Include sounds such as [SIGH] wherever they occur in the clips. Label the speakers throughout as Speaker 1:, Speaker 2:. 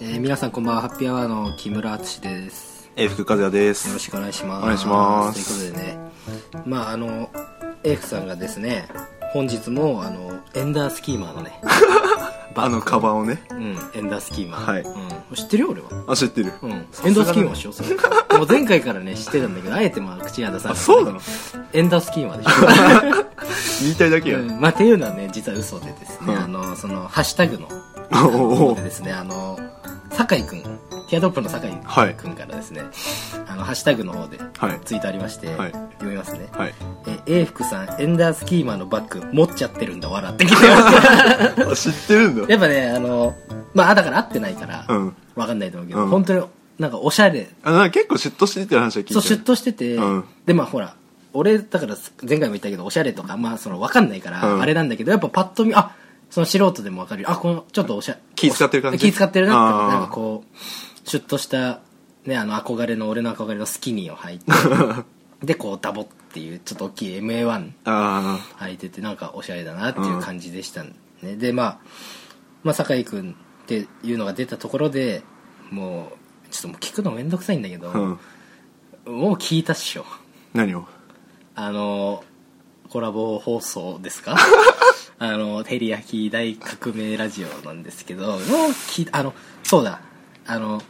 Speaker 1: えー皆さんこんばんはハッピーアワーの木村敦です
Speaker 2: えー、福和也で
Speaker 1: よろ
Speaker 2: す。
Speaker 1: しくお願いします
Speaker 2: お願いします
Speaker 1: ということでねまああのエイフさんがですね本日もあのエンダースキーマーの
Speaker 2: [LAUGHS]
Speaker 1: ね
Speaker 2: あのカバンをね。
Speaker 1: うんエンダースキーマー、
Speaker 2: はい
Speaker 1: うん、知ってるよ俺は
Speaker 2: あ、知ってる。
Speaker 1: うん、
Speaker 2: さすが
Speaker 1: エ
Speaker 2: だね
Speaker 1: ンダースキーマーでしょそれもう前回からね知ってたんだけどあえてまあ口には出さな
Speaker 2: あ、
Speaker 1: い
Speaker 2: そうなの
Speaker 1: エンダースキーマーでしょ
Speaker 2: 言い [LAUGHS] たいだけや。
Speaker 1: うんまあ、っていうのはね実は嘘でですね、
Speaker 2: うん
Speaker 1: あのそのハッシュタグの
Speaker 2: お
Speaker 1: 方
Speaker 2: お
Speaker 1: でですねあの酒井君ティアドロップの酒井
Speaker 2: はい
Speaker 1: 君からですね、あのハッシュタグの方で
Speaker 2: はい
Speaker 1: ツイートありまして、
Speaker 2: はい
Speaker 1: 読みますね、
Speaker 2: はい。
Speaker 1: え、英福さん、エンダースキーマーのバッグ持っちゃってるんだ、笑ってきて
Speaker 2: [LAUGHS]
Speaker 1: ます。
Speaker 2: あ、知ってるんだ。
Speaker 1: やっぱね、あの、まあ、だから合ってないから、
Speaker 2: うん
Speaker 1: わかんないと思うけど、
Speaker 2: うん
Speaker 1: 本当になんかおしゃれ
Speaker 2: あ、なんか結構嫉妬してるって話は聞いて
Speaker 1: そう
Speaker 2: る。
Speaker 1: シュッとしてて、
Speaker 2: うん
Speaker 1: でまあほら俺だから前回も言ったけどおしゃれとかまあその分かんないから、
Speaker 2: うん
Speaker 1: あれなんだけどやっぱパッと見あその素人でも分かるよあこのちょっとおしゃ
Speaker 2: 気使ってる感じ
Speaker 1: 気使ってるなって
Speaker 2: あー
Speaker 1: なんかこうシュッとしたねあの憧れの俺の憧れのスキニーを
Speaker 2: [LAUGHS]
Speaker 1: 履いてでこうダボっていうちょっと大きい MA1
Speaker 2: あ
Speaker 1: 履いててなんかおしゃれだなっていう感じでしたね、でまあ、まあ、酒井君っていうのが出たところでもうちょっともう聞くのめんどくさいんだけど、
Speaker 2: あ。うん。
Speaker 1: もう聞いたっしょ
Speaker 2: 何を
Speaker 1: あのコラボ放送です
Speaker 2: [LAUGHS]
Speaker 1: かあの照り焼き大革命ラジオなんですけどもう聞いあのそうだあの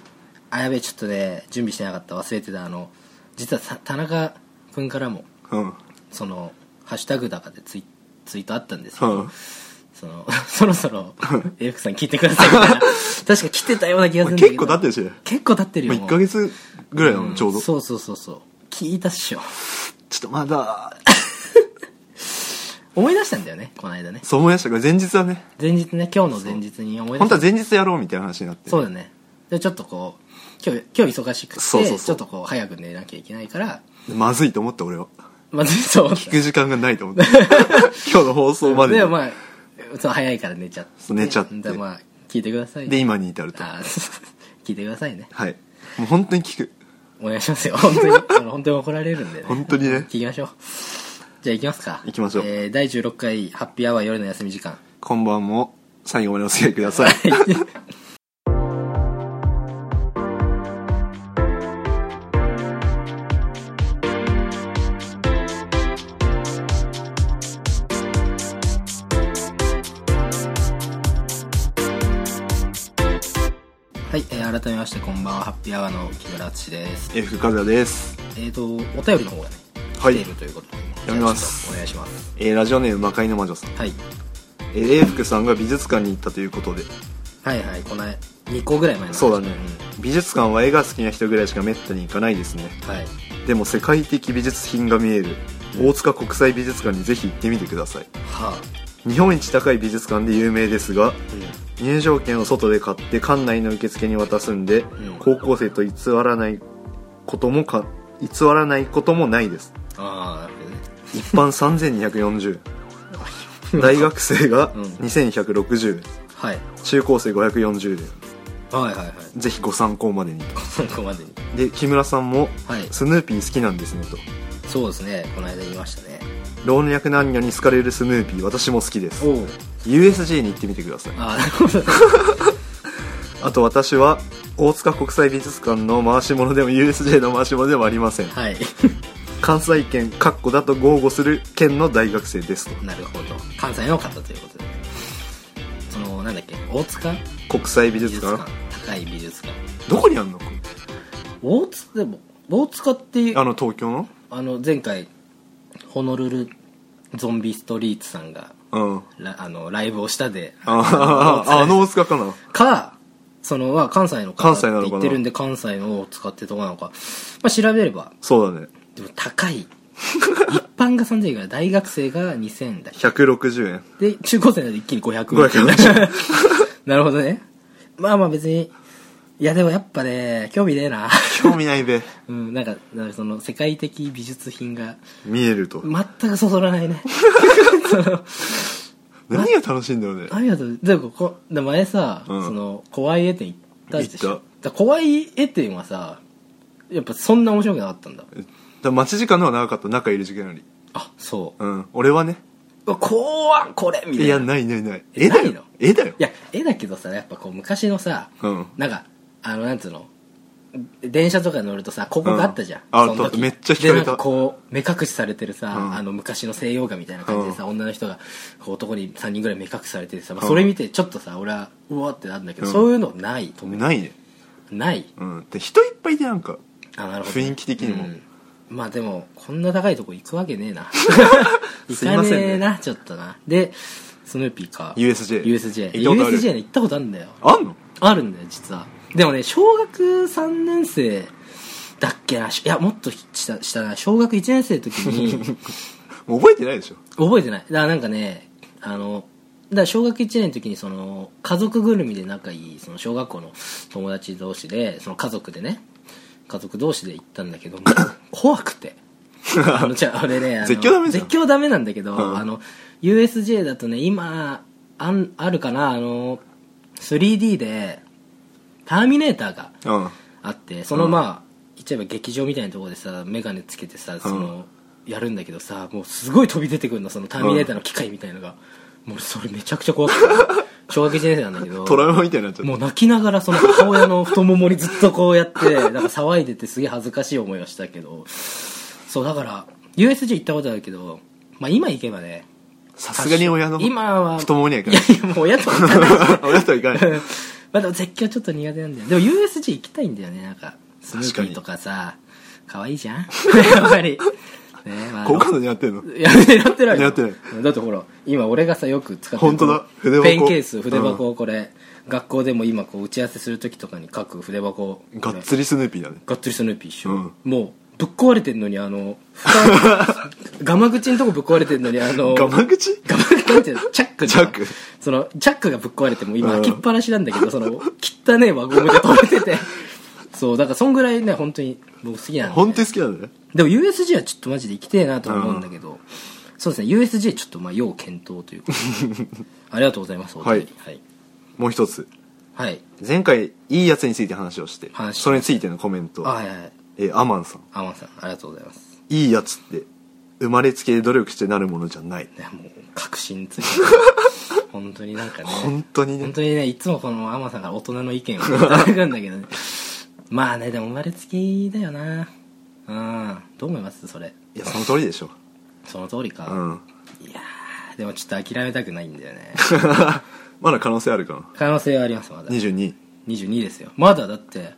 Speaker 1: あやべえちょっとね準備してなかった忘れてたあの実はさ田中君からも
Speaker 2: うん。
Speaker 1: そのハッシュタグだかでツイツイートあったんですけ
Speaker 2: う
Speaker 1: ど、
Speaker 2: ん。
Speaker 1: その [LAUGHS] そろそろエフさん聞いてくださいみたいな確か来てたような気がするんだけ
Speaker 2: 結
Speaker 1: ど
Speaker 2: 構経ってるし。も
Speaker 1: 結構経ってる
Speaker 2: う
Speaker 1: よ
Speaker 2: 1ヶ月ぐらいな
Speaker 1: う
Speaker 2: の、
Speaker 1: ん
Speaker 2: ちょうど。ちょ
Speaker 1: そうそうそうそう聞いたっしょ
Speaker 2: っとまだ、
Speaker 1: 思い出したんだよねこの間ね
Speaker 2: そう思い出したから、前日はね、
Speaker 1: 前日ね今日の前日に思い出し
Speaker 2: 本当
Speaker 1: た
Speaker 2: は前日やろうみたいな話になって。
Speaker 1: そうだねでちょっとこう今日今日忙しくて
Speaker 2: そうそうそう
Speaker 1: ちょっとこう早く寝なきゃいけないから
Speaker 2: まずいと思った俺は。
Speaker 1: まずそう
Speaker 2: 聞く時間がないと
Speaker 1: [LAUGHS]
Speaker 2: 思った。今日の放送までに。
Speaker 1: でもまあそう早いから寝ちゃって
Speaker 2: そう寝ちゃって
Speaker 1: だからまあ聞いてください
Speaker 2: で、今に至ると。
Speaker 1: あ [LAUGHS] 聞いてくださいね
Speaker 2: はい。もう本当に聞く。
Speaker 1: お願いしますよ本当に
Speaker 2: [LAUGHS]
Speaker 1: あの本当に怒られるんでね
Speaker 2: 本当にね
Speaker 1: 聞きましょうじゃあ行きますか
Speaker 2: 行きましょう
Speaker 1: えー第16回ハッピーアワー夜の休み時間
Speaker 2: こんばんも最後までお付き合いください。
Speaker 1: はい、えー改めましてこんばんはハッピーアワーの木村敦です
Speaker 2: えー、深澤です。
Speaker 1: えっ、とお便りの方がね
Speaker 2: は
Speaker 1: 来
Speaker 2: い
Speaker 1: ているということで、
Speaker 2: 読みます
Speaker 1: じゃあちょっとお願いします
Speaker 2: えー、ラジオネーム魔界の魔女さん。
Speaker 1: はい
Speaker 2: えー、英福さんが美術館に行ったということで。
Speaker 1: はいはいこの2個ぐらい前の話
Speaker 2: そうだね。美術館は絵が好きな人ぐらいしかめったに行かないですね。
Speaker 1: うんはい
Speaker 2: でも世界的美術品が見える。大塚国際美術館にぜひ行ってみてください。
Speaker 1: はあ、
Speaker 2: 日本一高い美術館で有名ですが、入場券を外で買って館内の受付に渡すんで、
Speaker 1: ん
Speaker 2: 高校生と偽らないこともか、偽らないこともないです。
Speaker 1: ああなるほどね
Speaker 2: 一般3240大学生が
Speaker 1: うん
Speaker 2: 2160円
Speaker 1: はい
Speaker 2: 中高生540円
Speaker 1: はいはいはい
Speaker 2: ぜひご参考までに
Speaker 1: そこまでに
Speaker 2: で木村さんも、
Speaker 1: はい
Speaker 2: スヌーピー好きなんですねと
Speaker 1: そうですねこの間言いましたね
Speaker 2: 老若男女に好かれるスヌーピー私も好きです
Speaker 1: おお
Speaker 2: USJ に行ってみてください
Speaker 1: ああなるほどね
Speaker 2: あと私は大塚国際美術館の回し物でも USJ の回し物でもありません
Speaker 1: [LAUGHS] はい
Speaker 2: 関西圏かっこだと豪語する県の大学生ですと
Speaker 1: なるほど関西の方ということでそのなんだっけ大塚
Speaker 2: 国際美
Speaker 1: 美
Speaker 2: 術
Speaker 1: 術
Speaker 2: 館
Speaker 1: 館高い美術館
Speaker 2: どこにあんの
Speaker 1: 大塚でも大塚って
Speaker 2: あの東京の
Speaker 1: あの前回ホノルルゾンビストリートさんが
Speaker 2: うん
Speaker 1: ラあのライブをしたで
Speaker 2: ああ、あの大塚かな。
Speaker 1: かそのは関西の方っ
Speaker 2: 関西
Speaker 1: て
Speaker 2: なのかな
Speaker 1: 言ってるんで関西のを使ってとこなのか、まあ、調べれば
Speaker 2: そうだね。
Speaker 1: でも高い [LAUGHS] 一般が3000円ぐらい大学生が2000円だ
Speaker 2: 160円。
Speaker 1: で中高生なら一気に500円
Speaker 2: 500
Speaker 1: なるほどねまあまあ別にいやでもやっぱね興味ねえな
Speaker 2: 興味ないべ。
Speaker 1: うんなんかなんかその世界的美術品が
Speaker 2: 見えると。
Speaker 1: 全くそそらないねその
Speaker 2: 何が楽しいんだろうね。
Speaker 1: ありがとう。でも、こで前さ、
Speaker 2: うん
Speaker 1: その、怖い絵展行ったでしょ。
Speaker 2: 行
Speaker 1: だ
Speaker 2: っ
Speaker 1: から怖い絵展はさ、やっぱそんな面白くなかったんだ。
Speaker 2: だ待ち時間の方が長かった、中いる時間より。
Speaker 1: あそ
Speaker 2: うん俺はね
Speaker 1: ううわ怖っこれみたいない
Speaker 2: やないないない絵だ
Speaker 1: ない
Speaker 2: よ
Speaker 1: の
Speaker 2: 絵だよ
Speaker 1: いや絵だけどさやっぱこう昔のさ、
Speaker 2: うん
Speaker 1: なんかあのなんつうの電車とか乗るとさここがあったじゃん、
Speaker 2: うんあ
Speaker 1: その時
Speaker 2: めっちゃ惹かれた
Speaker 1: でなんかこう目隠しされてるさ、
Speaker 2: うん
Speaker 1: あの昔の西洋画みたいな感じでさ、女の人がこう男に3人ぐらい目隠しされててさ、まあそれ見てちょっとさ俺はうわってなるんだけど、
Speaker 2: うん
Speaker 1: そういうのないと思う
Speaker 2: ないね
Speaker 1: ない
Speaker 2: うんで人いっぱいでなんか
Speaker 1: あなるほど
Speaker 2: 雰囲気的にも
Speaker 1: うんまあでもこんな高いとこ行くわけねえな行
Speaker 2: [LAUGHS] すいま
Speaker 1: か
Speaker 2: せんね
Speaker 1: ねえなちょっとなでスヌーピーか
Speaker 2: USJ
Speaker 1: USJ
Speaker 2: 行ったことある
Speaker 1: USJ ね行ったことあるんだよ
Speaker 2: あんの
Speaker 1: あるんだよ実はでもね小学3年生だっけないやもっとしたしたな小学1年生の時に
Speaker 2: もう覚えてないでしょ
Speaker 1: 覚えてないだからなんかねあのだから小学1年の時にその家族ぐるみで仲いいその小学校の友達同士でその家族でね家族同士で行ったんだ
Speaker 2: [LAUGHS]
Speaker 1: けども怖くてあのじゃあ俺ねあの
Speaker 2: 絶叫ダメじゃん
Speaker 1: 絶叫ダメなんだけど、
Speaker 2: うん
Speaker 1: あの USJ だとね今あんあるかなあの 3D でターミネーターが
Speaker 2: うん
Speaker 1: あってそのまあ、言っちゃえば劇場みたいなところでさ眼鏡つけてさその、やるんだけどさもうすごい飛び出てくるのそのターミネーターの機械みたいのが、もう俺それめちゃくちゃ怖くて
Speaker 2: [LAUGHS]
Speaker 1: 小学1年生なんだけど
Speaker 2: トラウマみたいになっちゃった
Speaker 1: もう泣きながらその母親の太ももにずっとこうやってなんか騒いでてすげえ恥ずかしい思いをしたけどそうだから USJ 行ったことあるけど、まあ、今行けばね
Speaker 2: さすがに親の
Speaker 1: 今は
Speaker 2: 太ももにはいか
Speaker 1: い
Speaker 2: な
Speaker 1: や
Speaker 2: い
Speaker 1: いやもう親とは行かない
Speaker 2: [LAUGHS] 親とはいかない
Speaker 1: [LAUGHS] まあでも絶叫ちょっと苦手なんだよでも USJ 行きたいんだよねなんかスヌーピーとかさ可愛いじゃん [LAUGHS] やっぱりねまあ
Speaker 2: 好感度にやってんの
Speaker 1: いや狙ってないよ
Speaker 2: 狙ってな
Speaker 1: だってほら今俺がさよく使ってる
Speaker 2: 本当だ
Speaker 1: この
Speaker 2: 筆箱
Speaker 1: ペンケース筆箱をこれ、学校でも今こう打ち合わせする時とかに書く筆箱
Speaker 2: がっつりスヌーピーだね
Speaker 1: がっつりスヌーピー一緒、
Speaker 2: うん
Speaker 1: もうぶっ壊れてんのにあの
Speaker 2: [LAUGHS]
Speaker 1: 蓋ガマ口のとこぶっ壊れてんのにあの
Speaker 2: ガマ口
Speaker 1: ガバガバっていうのチャック
Speaker 2: チャック
Speaker 1: そのチャックがぶっ壊れても今
Speaker 2: うん
Speaker 1: 開きっぱなしなんだけど、その汚ねえ輪ゴムで止めててそうだからそんぐらいね本当に僕好きなんで
Speaker 2: 本当に好きなんだね
Speaker 1: でも USJ はちょっとマジで行きてえなとは思うんだけど、そうですね USJ ちょっとまあ要検討という
Speaker 2: [LAUGHS]
Speaker 1: ことでありがとうございますお便りはい、
Speaker 2: もう一つ
Speaker 1: はい、
Speaker 2: 前回いいやつについて話をして
Speaker 1: 話して
Speaker 2: それについてのコメント
Speaker 1: あはいはいはい
Speaker 2: えーアマンさん
Speaker 1: アマンさんありがとうございます
Speaker 2: いいやつって生まれつきで努力してなるものじゃない
Speaker 1: いやもう確信
Speaker 2: [LAUGHS]
Speaker 1: ついて本当になんかね
Speaker 2: 本当にね
Speaker 1: 本当にねいつもこのアマさんから大人の意
Speaker 2: [LAUGHS]
Speaker 1: 見をいただくんだけどねまあねでも生まれつきだよなうんどう思いますそれ
Speaker 2: いやその通りでしょ
Speaker 1: その通りか、
Speaker 2: うん [LAUGHS]
Speaker 1: いやーでもちょっと諦めたくないんだよね
Speaker 2: まだ可能性あるかな
Speaker 1: 可能性はありますまだ
Speaker 2: 22
Speaker 1: 22ですよまだだって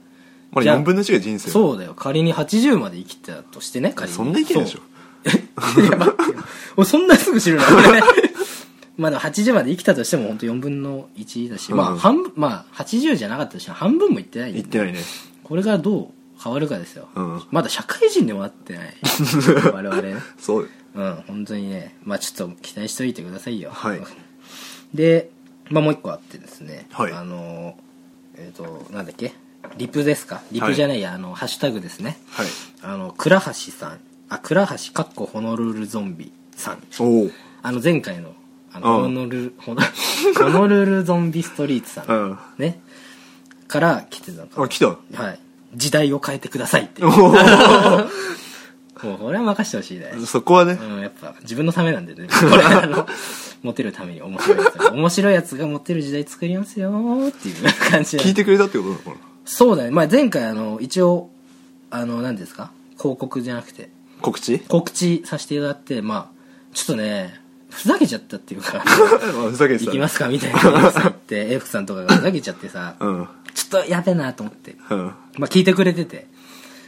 Speaker 2: ま
Speaker 1: じゃ
Speaker 2: だ
Speaker 1: あ
Speaker 2: 4分の1が人生
Speaker 1: そうだよ仮に80まで生きてたとしてね仮に
Speaker 2: そんな意見でしょ
Speaker 1: そういや [LAUGHS] 待ってよ俺そんなすぐ知るな俺 [LAUGHS] まあでも80まで生きたとしても本当4分の1だし、ま
Speaker 2: う
Speaker 1: あ
Speaker 2: ん
Speaker 1: 半分まあ80じゃなかったとしても半分もいってないんで
Speaker 2: 言ってないね
Speaker 1: これがどう変わるかですよ、
Speaker 2: うん
Speaker 1: まだ社会人でもなって
Speaker 2: [LAUGHS]
Speaker 1: ない我々ね
Speaker 2: そうよ
Speaker 1: うん本当にねまあちょっと期待しておいてくださいよ
Speaker 2: はい
Speaker 1: で、まあ、もう一個あってですね、
Speaker 2: はい
Speaker 1: あのえっ、となんだっけリプですかリプじゃないや、あのハッシュタグですね
Speaker 2: はい
Speaker 1: あの倉橋さんあ倉橋かっこホノルルゾンビさん
Speaker 2: おお
Speaker 1: あの前回のあ
Speaker 2: う
Speaker 1: の
Speaker 2: ん
Speaker 1: ホノルルホノホノル [LAUGHS] ルゾンビストリートさん、
Speaker 2: うん
Speaker 1: ねから来てたのかな
Speaker 2: あ来た
Speaker 1: はい、時代を変えてくださいって
Speaker 2: お
Speaker 1: もう [LAUGHS]
Speaker 2: ー
Speaker 1: これは任せてほしいね、
Speaker 2: そこはね
Speaker 1: うん、やっぱ自分のためなんでねこれあのモテるために面白いやつ面白いやつがモテる時代作りますよーっていう感じなんで
Speaker 2: 聞いてくれたってことなのかな
Speaker 1: そうだね、まあ、前回あの一応あの何ですか広告じゃなくて
Speaker 2: 告知
Speaker 1: 告知させていただいてまあちょっとねふざけちゃったっていうか
Speaker 2: まあふざけて
Speaker 1: 行
Speaker 2: た
Speaker 1: きますかみたいなこと言ってエフさんとかがふざけちゃってさ、
Speaker 2: うん
Speaker 1: ちょっとやべえなと思って
Speaker 2: うん
Speaker 1: まあ、聞いてくれてて、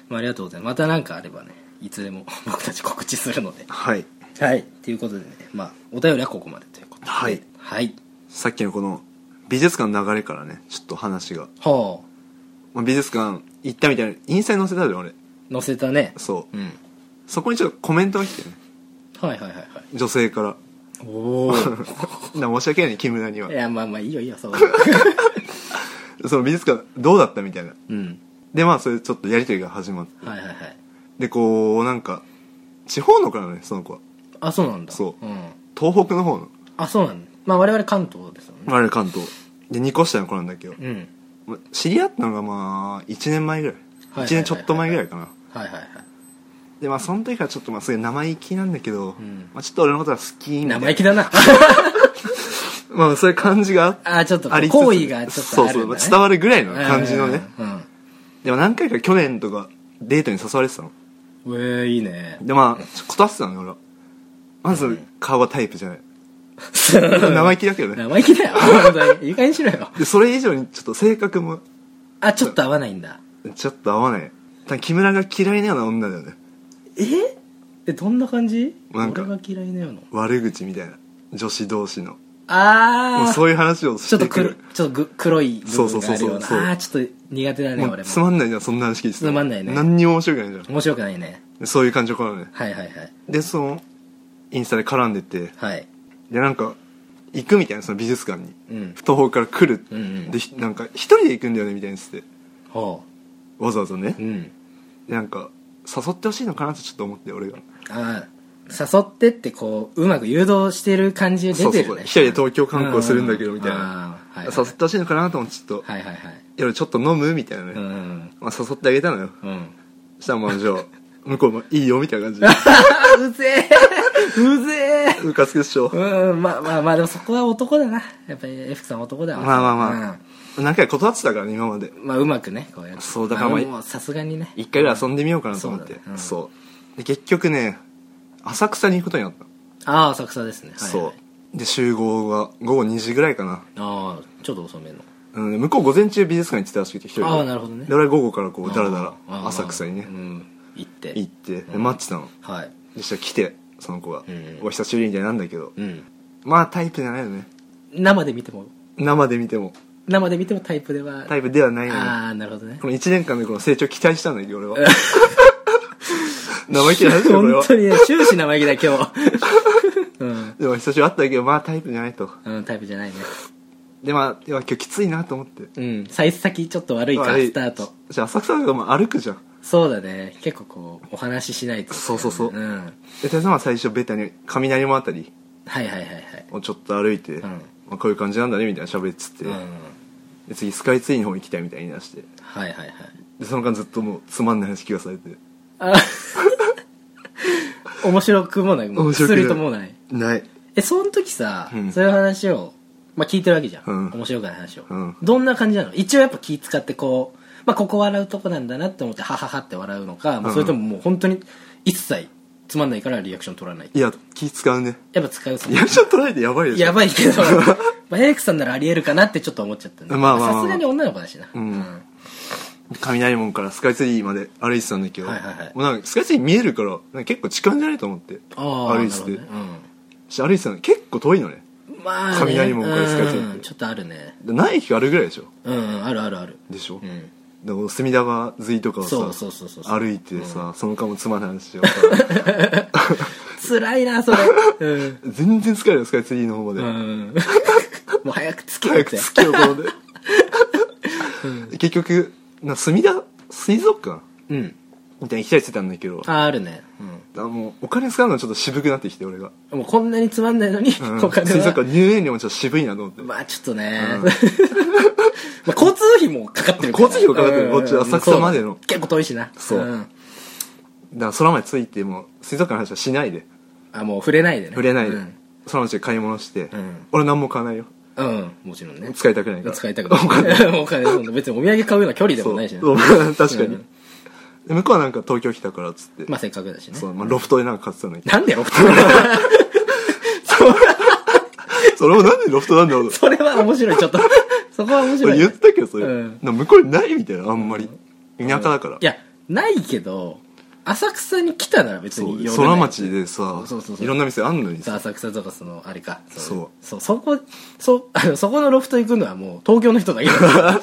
Speaker 1: まあ、ありがとうございますまた何かあればねいつでも [LAUGHS] 僕たち告知するので
Speaker 2: はい
Speaker 1: はいということでね、まあ、お便りはここまでということで
Speaker 2: はい
Speaker 1: はい
Speaker 2: さっきのこの美術館の流れからねちょっと話が、
Speaker 1: ほ
Speaker 2: まあ、美術館行ったみたいなインスタに載せたで俺
Speaker 1: う載せたね
Speaker 2: そう
Speaker 1: うん
Speaker 2: そこにちょっとコメントが来てね
Speaker 1: はいはいはいはい
Speaker 2: 女
Speaker 1: [LAUGHS]
Speaker 2: 性から
Speaker 1: おお
Speaker 2: な申し訳ないね木村にはい
Speaker 1: やまあ [LAUGHS] まあいいよいいよそう [LAUGHS]
Speaker 2: その美術館どうだったみたいな
Speaker 1: うん
Speaker 2: でまあそれちょっとやり取りが始まって
Speaker 1: はいはいはい
Speaker 2: でこうなんか地方のからねその子は
Speaker 1: あそうなんだ
Speaker 2: そう
Speaker 1: うん、
Speaker 2: 東北の方の
Speaker 1: あそうなんだまあ我々関東ですもんね
Speaker 2: 我々関東で2個下の子なんだけど
Speaker 1: うん
Speaker 2: まあ知り合ったのがまあ1年前ぐらい
Speaker 1: はいはいはいはい
Speaker 2: 1年ちょっと前ぐらいかな
Speaker 1: はいはいはい
Speaker 2: でまあその時からちょっとまあすごい生意気なんだけど、
Speaker 1: ん
Speaker 2: まあ、ちょっと俺のことは好きみたい
Speaker 1: 生
Speaker 2: な
Speaker 1: 意気だ
Speaker 2: [LAUGHS]
Speaker 1: な
Speaker 2: まあそういう感じが
Speaker 1: あーちょっと
Speaker 2: ありつつ
Speaker 1: 好意がちょっとあるんだ、ね、
Speaker 2: そうそう伝わるぐらいの感じのね、
Speaker 1: うん
Speaker 2: でも何回か去年とかデートに誘われてたの
Speaker 1: うんえー、いいね
Speaker 2: でまあちょっと断ってたのよ俺はまず顔はタイプじゃない生意気だ
Speaker 1: [LAUGHS]
Speaker 2: けどね
Speaker 1: 生意気だよ本当にいい加減にしろよ
Speaker 2: でそれ以上にちょっと性格も
Speaker 1: あちょっと合わないんだ
Speaker 2: ちょっと合わない多分木村が嫌いなような女だよね
Speaker 1: ええどんな感じ
Speaker 2: なんか
Speaker 1: 俺が嫌いなような
Speaker 2: 悪口みたいな女子同士のもう
Speaker 1: ああ
Speaker 2: そういう話を
Speaker 1: ちょ
Speaker 2: し
Speaker 1: っと
Speaker 2: てく
Speaker 1: 黒
Speaker 2: る
Speaker 1: ちょっとぐ黒い部分があるよう
Speaker 2: そうそうそう
Speaker 1: な
Speaker 2: そう
Speaker 1: ああーちょっと苦手だね
Speaker 2: もう
Speaker 1: 俺
Speaker 2: つ
Speaker 1: も
Speaker 2: まんないじゃんそんな話聞いてたら
Speaker 1: つまんないね
Speaker 2: 何にも面白くないじゃん
Speaker 1: 面白くないね
Speaker 2: でそういう感情からね
Speaker 1: はいはいはい
Speaker 2: でそのインスタで絡んでて
Speaker 1: はい
Speaker 2: でなんか行くみたいなその美術館に、
Speaker 1: うん
Speaker 2: 不東から来る、
Speaker 1: うんうん
Speaker 2: でひなんか一人で行くんだよねみたいにして
Speaker 1: ほ
Speaker 2: わざわざね
Speaker 1: うう、ん
Speaker 2: でなんか誘ってほしいのかなってちょっと思って俺が
Speaker 1: ああ誘ってってこううまく誘導してる感じ出
Speaker 2: そうそ
Speaker 1: て
Speaker 2: うそ
Speaker 1: る
Speaker 2: う
Speaker 1: ね
Speaker 2: 一人で東京観光するんだけどみたいな、
Speaker 1: あーはい
Speaker 2: 誘ってほしいのかなと思ってちょっと、
Speaker 1: はいはいはい
Speaker 2: 夜ちょっと飲むみたいなね、
Speaker 1: うんうん
Speaker 2: まあ、誘ってあげたのよ
Speaker 1: うん
Speaker 2: そしたらまあじ
Speaker 1: [LAUGHS]
Speaker 2: ゃあ向こうもいいよみたいな感じで
Speaker 1: うぜえうぜえ
Speaker 2: ムカつくっしょ
Speaker 1: うんまあまあまあでもそこは男だなやっぱりエフクさんは男だわ
Speaker 2: まあまあまあ、何回か断ってたからね今まで
Speaker 1: うんまあうまくねこうやって
Speaker 2: そうだからまあ
Speaker 1: まあでもさすがにね
Speaker 2: 一回ぐらい遊んでみようかなと思って
Speaker 1: そう
Speaker 2: そう,、
Speaker 1: だねうん
Speaker 2: で結局ね浅草に行くことになった、
Speaker 1: ああ浅草ですねはいはい
Speaker 2: そうで集合が午後2時ぐらいかな、
Speaker 1: ああちょっと遅めの
Speaker 2: うん、向こう午前中美術館に行ってたらしくて一人で
Speaker 1: ああなるほどね
Speaker 2: で俺は午後からこうだらだ
Speaker 1: あーあ
Speaker 2: ら
Speaker 1: ー
Speaker 2: 浅草にね
Speaker 1: うん行って
Speaker 2: 行ってで待ってたの
Speaker 1: はい
Speaker 2: そしたら来てその子が
Speaker 1: うん
Speaker 2: 「お久しぶり」みたいになんだけど
Speaker 1: うん
Speaker 2: まあタイプじゃないよね
Speaker 1: 生で見ても
Speaker 2: 生で見ても
Speaker 1: 生で見てもタイプでは
Speaker 2: タイプではないのに
Speaker 1: ああなるほどね
Speaker 2: この1年間でこの成長期待したんだけど俺は [LAUGHS] 生意気な
Speaker 1: [LAUGHS]
Speaker 2: 話だよこれ
Speaker 1: 本
Speaker 2: は
Speaker 1: 当にね終始生意気だ今日 [LAUGHS] うん
Speaker 2: でも久しぶり会ったけどまあタイプじゃないと
Speaker 1: うんタイプじゃないね
Speaker 2: でまあいや今日きついなと思って
Speaker 1: うん幸先ちょっと悪いか
Speaker 2: あれ
Speaker 1: スタート
Speaker 2: じゃあ浅草がまあ歩くじゃん
Speaker 1: そうだね結構こうお話ししないと
Speaker 2: そうそうそう
Speaker 1: うん
Speaker 2: で手様は最初ベタに雷もあたり
Speaker 1: はいはいはいはい
Speaker 2: をちょっと歩いて、
Speaker 1: ん
Speaker 2: まあ、こういう感じなんだねみたいな喋っつって、
Speaker 1: うん
Speaker 2: で次スカイツリーの方行きたいみたいに言い出して
Speaker 1: はいはいはい
Speaker 2: でその間ずっともうつまんない話聞かされて
Speaker 1: あ面白くもないもう
Speaker 2: 面白く
Speaker 1: す
Speaker 2: ない
Speaker 1: るともない
Speaker 2: ない
Speaker 1: えその時さ、
Speaker 2: うん
Speaker 1: そういう話を、まあ、聞いてるわけじゃん、
Speaker 2: うん
Speaker 1: 面白くない話を、
Speaker 2: うん
Speaker 1: どんな感じなの一応やっぱ気使ってこう、まあ、ここ笑うとこなんだなって思ってハハハって笑うのか、もうそれとももう本当に一切つまんないからリアクション取らない
Speaker 2: いや気使うね
Speaker 1: やっぱ使うその
Speaker 2: いやちょっとないでやばいでしょ
Speaker 1: やばいけど [LAUGHS] まあエイクさんならありえるかなってちょっと思っちゃったね
Speaker 2: まあまあまあまあ
Speaker 1: さすがに女の子だしな、
Speaker 2: うん雷門からスカイツリーまで歩いてたんだけど、
Speaker 1: はいはいはい
Speaker 2: もうなんかスカイツリー見えるからなんか結構近いんじゃないと思って
Speaker 1: ああ
Speaker 2: 歩いてて、
Speaker 1: なるほどね
Speaker 2: し歩いてたの結構遠いのね
Speaker 1: うん、まあ、ね、
Speaker 2: 雷門からスカイツリーって
Speaker 1: うんちょっとあるね
Speaker 2: で何駅かあるぐらいでしょ
Speaker 1: うんうんあるあるある
Speaker 2: でしょ、
Speaker 1: うん
Speaker 2: だから隅田川沿いとかをさ
Speaker 1: そうそうそうそう
Speaker 2: 歩いてさ、その間もつまらない話を
Speaker 1: [LAUGHS]
Speaker 2: さ
Speaker 1: 辛いなそれうん
Speaker 2: 全然疲れるよスカイツリーの方まで、
Speaker 1: うんもう早くつけよ
Speaker 2: 早
Speaker 1: っ
Speaker 2: く
Speaker 1: て
Speaker 2: 着きようと思
Speaker 1: [LAUGHS]
Speaker 2: って結局な隅田水族館
Speaker 1: うん
Speaker 2: みたいに行きたいって言ってたんだけど
Speaker 1: ああるね
Speaker 2: あもうお金使うのちょっと渋くなってきて俺が、
Speaker 1: うんもうこんなにつまんないのに、
Speaker 2: うん
Speaker 1: お金
Speaker 2: 水族
Speaker 1: は
Speaker 2: 館入園料もちょっと渋いなと思って、
Speaker 1: まあちょっとね、 [LAUGHS] まあ交通費もかかってるら
Speaker 2: 交通費もかかってる
Speaker 1: うん
Speaker 2: こっち浅草までの
Speaker 1: そう結構遠いしな
Speaker 2: そうんだから空まで着いても水族館の話はしないで
Speaker 1: あもう触れないでね
Speaker 2: 触れないで、
Speaker 1: うん、
Speaker 2: 空のうちで買い物して、
Speaker 1: ん
Speaker 2: 俺何も買わないよ
Speaker 1: うんもちろんね
Speaker 2: 使いたくないから
Speaker 1: 使いたくないお金そんな別にお土産買うような距離でも [LAUGHS] ないしね
Speaker 2: そう確かに、
Speaker 1: うん
Speaker 2: で向こうはなんか東京来たからっつって、
Speaker 1: まあせっかくだしね
Speaker 2: そうまあ、ロフトでなんか買ってたんだけ
Speaker 1: なんでロフト
Speaker 2: ど [LAUGHS] それもなんでロフトなんだろ
Speaker 1: [LAUGHS]
Speaker 2: う
Speaker 1: それは面白いちょっと
Speaker 2: [LAUGHS]
Speaker 1: そこは面白い
Speaker 2: 言ったけどそれ、
Speaker 1: うん
Speaker 2: なんか向こうにないみたいなあんまり田舎だから、
Speaker 1: いやないけど浅草に来たなら別
Speaker 2: そ
Speaker 1: に寄れ
Speaker 2: う
Speaker 1: ない
Speaker 2: 空町でさ
Speaker 1: そうそうそう
Speaker 2: いろんな店あんのにさ
Speaker 1: 浅草とかそのあれか
Speaker 2: そう
Speaker 1: そうそこそあのそこのロフト行くのはもう東京の人だけ
Speaker 2: [LAUGHS]
Speaker 1: だから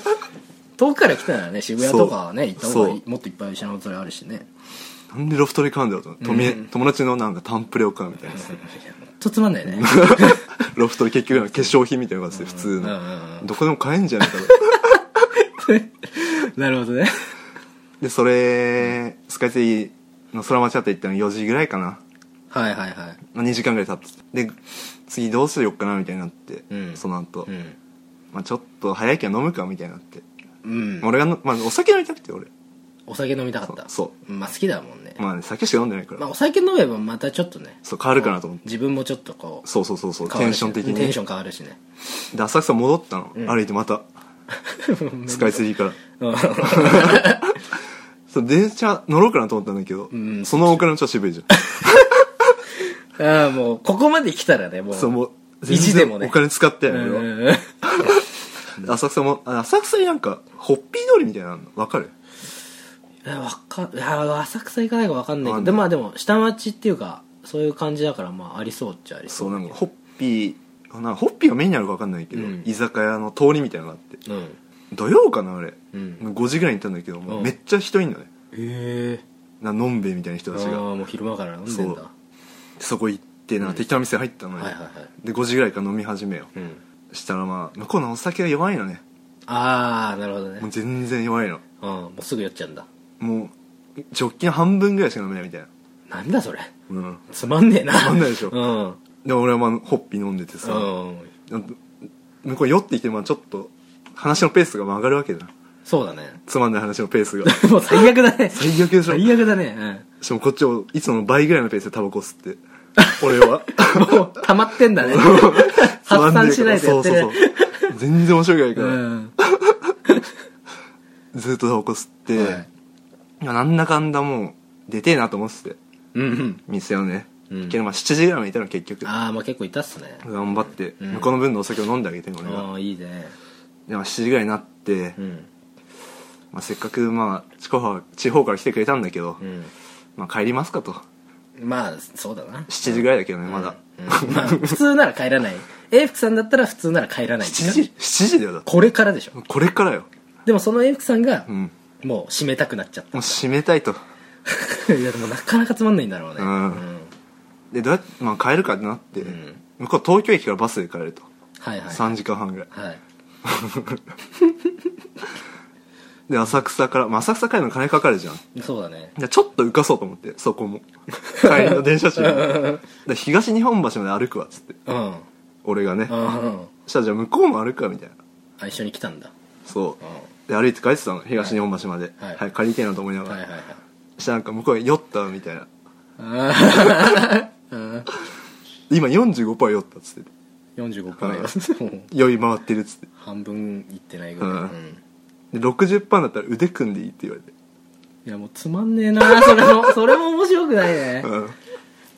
Speaker 1: 遠くから来たらね渋谷とかはね行っ
Speaker 2: そう
Speaker 1: た方がいい
Speaker 2: そ
Speaker 1: もっといっぱい品物あるしね [LAUGHS]
Speaker 2: なんでロフトで買うんだろうと思って、友友達のなんかタンプレを買うみたいなさ
Speaker 1: ほんとつまんない
Speaker 2: [LAUGHS]
Speaker 1: ね
Speaker 2: ロフトで結局なんか化粧品みたいなのがあって普通の、
Speaker 1: うんうんうん
Speaker 2: どこでも買えんじゃないかな
Speaker 1: なるほどね
Speaker 2: でそれスカイツリーの空町あたり行ったの4時ぐらいかな、
Speaker 1: はいはいはい
Speaker 2: まあ、2時間ぐらい経ってで次どうしようかなみたいになって、
Speaker 1: うん
Speaker 2: その後、
Speaker 1: うん
Speaker 2: まあちょっと早いけど飲むかみたいになって、
Speaker 1: うん
Speaker 2: 俺がの、まあ、お酒飲みたくて俺
Speaker 1: お酒飲みたかった
Speaker 2: そう
Speaker 1: まあ好きだもんね、
Speaker 2: まあね酒しか飲んでないから、
Speaker 1: まあ、お酒飲めばまたちょっとね
Speaker 2: そう変わるかなと思って、
Speaker 1: 自分もちょっとこう
Speaker 2: そうそうそうそう
Speaker 1: 変わ
Speaker 2: テ
Speaker 1: る
Speaker 2: ン
Speaker 1: し
Speaker 2: ション的に
Speaker 1: テンション変わるしね
Speaker 2: で浅草戻ったの、歩いて
Speaker 1: [LAUGHS]
Speaker 2: またスカイツリーから
Speaker 1: うん [LAUGHS]
Speaker 2: そう電車乗ろうかなと思ったんだけど、
Speaker 1: ん
Speaker 2: そのお金のちょっと渋いじゃん
Speaker 1: ああもうここまで来たらねもう
Speaker 2: そうもう
Speaker 1: 意地でもね
Speaker 2: お金使ってや
Speaker 1: う
Speaker 2: る
Speaker 1: ん
Speaker 2: よ、
Speaker 1: うんうん
Speaker 2: 浅草もあ浅草になんかホッピー通りみたいなのあんのわかる
Speaker 1: いやわかいや浅草行かないか分かんない
Speaker 2: わ
Speaker 1: け
Speaker 2: かんない
Speaker 1: どで,、まあ、でも下町っていうかそういう感じだからまあありそうっちゃありそ
Speaker 2: そうなんかホッピーあなんかホッピーがメインなのかわかんないけど、
Speaker 1: うん
Speaker 2: 居酒屋の通りみたいなのがあって
Speaker 1: ううんへ
Speaker 2: 土曜かなあれ、
Speaker 1: うん
Speaker 2: 5時ぐらいに行ったんだけど、もううんめっちゃ人いんのね
Speaker 1: え
Speaker 2: なのんべえみたいな人
Speaker 1: あ
Speaker 2: たちが
Speaker 1: あもう昼間から飲んでんだ
Speaker 2: そそこ行ってなんか適当な店入ったのに、
Speaker 1: はいはいはい
Speaker 2: で5時ぐらいから飲み始めよ
Speaker 1: うん
Speaker 2: したらまあ向こうのお酒が弱いのね
Speaker 1: ああなるほどね
Speaker 2: もう全然弱いの
Speaker 1: うんもうすぐ酔っちゃうんだ
Speaker 2: もうジョッキの半分ぐらいしか飲めないみたいな
Speaker 1: なんだそれ
Speaker 2: うん
Speaker 1: つまんねえな
Speaker 2: つまんないでしょ
Speaker 1: うん
Speaker 2: で俺はまあホッピー飲んでてさ、
Speaker 1: うん
Speaker 2: 向こう酔ってきてまあちょっと話のペースが上がるわけだ
Speaker 1: そうだね [LAUGHS]
Speaker 2: つまんない話のペースが
Speaker 1: もう最悪だね
Speaker 2: 最悪でしょ
Speaker 1: [LAUGHS] 最悪だね
Speaker 2: しかもこっちをいつもの倍ぐらいのペースでタバコ吸って
Speaker 1: [LAUGHS]
Speaker 2: 俺は [LAUGHS]
Speaker 1: うんもう溜まってんだね
Speaker 2: つま
Speaker 1: 発散
Speaker 2: んねえ
Speaker 1: し
Speaker 2: か
Speaker 1: な
Speaker 2: ら
Speaker 1: いとやって
Speaker 2: そうそうそう全然面白くないか
Speaker 1: う
Speaker 2: ら、
Speaker 1: ん
Speaker 2: ずっとタバコ吸って、
Speaker 1: はい
Speaker 2: まあなんだかんだもう出てえなと思ってて
Speaker 1: うんうん
Speaker 2: 店をね、
Speaker 1: うん
Speaker 2: けどまあ7時ぐらいまでいたの結局
Speaker 1: ああまあ結構いたっすね
Speaker 2: 頑張って
Speaker 1: うん
Speaker 2: 向こうの分のお酒を飲んであげて俺が、
Speaker 1: ああいいね
Speaker 2: でまあ7時ぐらいになって、
Speaker 1: うん
Speaker 2: まあ、せっかくまあ地方地方から来てくれたんだけど、
Speaker 1: うん
Speaker 2: まあ、帰りますかと
Speaker 1: まあそうだな
Speaker 2: 7時ぐらいだけどねまだ、
Speaker 1: うんまあ普通なら帰らない永福さんだったら普通なら帰らない
Speaker 2: 7時7時だよだって
Speaker 1: これからでしょ
Speaker 2: これからよ
Speaker 1: でもその永福さんが
Speaker 2: うん
Speaker 1: もう閉めたくな [LAUGHS] っちゃっ
Speaker 2: もう閉めたいと
Speaker 1: たいやでもなかなかつまんないんだろうね
Speaker 2: うんでどうやって、まあ、帰るかってなって、
Speaker 1: ん
Speaker 2: 向こう東京駅からバスで帰ると、
Speaker 1: はいはい
Speaker 2: 3時間半ぐらい
Speaker 1: はい
Speaker 2: で浅草から、まあ、浅草帰るの金かかるじゃん
Speaker 1: そうだね
Speaker 2: でちょっと浮かそうと思って
Speaker 1: [LAUGHS]
Speaker 2: そこも帰りの電車中にで東日本橋まで歩くわっつって
Speaker 1: うん
Speaker 2: 俺がね
Speaker 1: うんうん
Speaker 2: そしたらじゃあ向こうも歩くわみたいな
Speaker 1: あ一緒に来たんだ
Speaker 2: そう
Speaker 1: うん
Speaker 2: で歩いて帰ってたの東日本橋まで、
Speaker 1: はい
Speaker 2: 早く帰りたいなと思いながら、
Speaker 1: はいはいはい
Speaker 2: そしたらなんか向こうが酔ったわみたいな
Speaker 1: あーうん
Speaker 2: 今45%酔ったっつって
Speaker 1: 45パーよもう
Speaker 2: 酔い回ってるっつって
Speaker 1: 半分いってないぐらい、
Speaker 2: うん
Speaker 1: うん
Speaker 2: で60%だったら腕組んでいいって言われて
Speaker 1: いやもうつまんねえ
Speaker 2: [LAUGHS]
Speaker 1: なそれもそれも面白くないね
Speaker 2: うん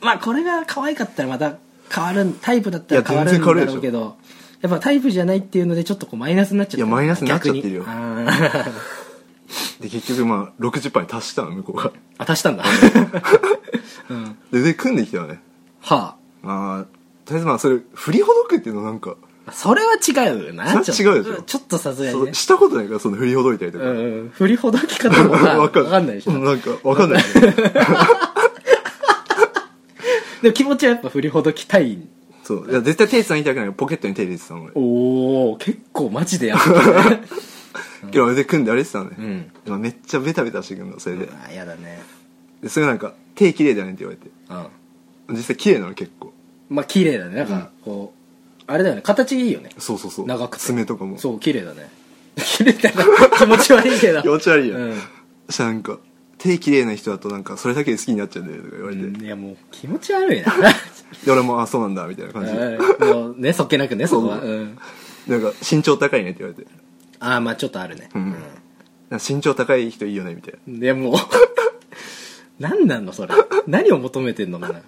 Speaker 1: まあこれが可愛かったらまた変わるタイプだったら変わるんだろうけどやっぱタイプじゃないっていうのでちょっとこうマイナスになっちゃってる
Speaker 2: いやマイナスになっちゃってるよ
Speaker 1: 逆にあー
Speaker 2: [LAUGHS] で結局まあ60%に達したの向こうが
Speaker 1: あ足
Speaker 2: [LAUGHS]
Speaker 1: したんだうんは
Speaker 2: で腕組んできたよね
Speaker 1: あ
Speaker 2: まあとりあえずまあそれ振りほどくっていうのなんか
Speaker 1: それは違うよな
Speaker 2: それは違うでしょ
Speaker 1: ちょっとちょっとさすが
Speaker 2: そ
Speaker 1: にね
Speaker 2: うしたことないからその振りほどいたりと
Speaker 1: う
Speaker 2: か、
Speaker 1: んうん振りほどき方も [LAUGHS] さ分かんないでしょ
Speaker 2: うんなんかわかんないけど
Speaker 1: でも気持ちはやっぱ振りほどきたい
Speaker 2: そういや絶対手つなぎたくないからポケットに手入れてたの俺
Speaker 1: おお結構マジでやってたね
Speaker 2: けど腕組んで歩いてたのね、
Speaker 1: うん
Speaker 2: まあめっちゃベタベタしてくるのそれで,、
Speaker 1: [LAUGHS] あやだね
Speaker 2: でそれがなんか「手綺麗だね」って言われて
Speaker 1: うん
Speaker 2: 実際綺麗なの結構
Speaker 1: まあ綺麗だねなんかこう、あれだよね形いいよね
Speaker 2: そうそうそう
Speaker 1: 長くて
Speaker 2: 爪とかも
Speaker 1: そう綺麗だね [LAUGHS] 綺麗だな気持ち悪いけど
Speaker 2: 気持ち悪いやん、
Speaker 1: うん
Speaker 2: そしたらなんか手綺麗な人だとなんかそれだけで好きになっちゃうんだよとか言われて、
Speaker 1: うんいやもう気持ち悪い [LAUGHS] な
Speaker 2: で俺もあそうなんだみたいな
Speaker 1: う
Speaker 2: 感じで、
Speaker 1: んもうねそっけなくねそこは、、
Speaker 2: そううんなんか身長高いねって言われて
Speaker 1: ああまあちょっとあるね、
Speaker 2: うんなんか身長高い人いいよねみたいな
Speaker 1: うん、でもう [LAUGHS] 何なのそれ何を求めてんのかな、
Speaker 2: で